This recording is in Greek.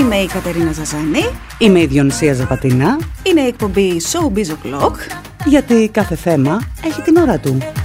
Είμαι η Κατερίνα Ζαζάνη. Είμαι η Διονυσία Ζαπατινά, Είναι η εκπομπή Showbiz O'Clock. γιατί κάθε θέμα έχει την ώρα του.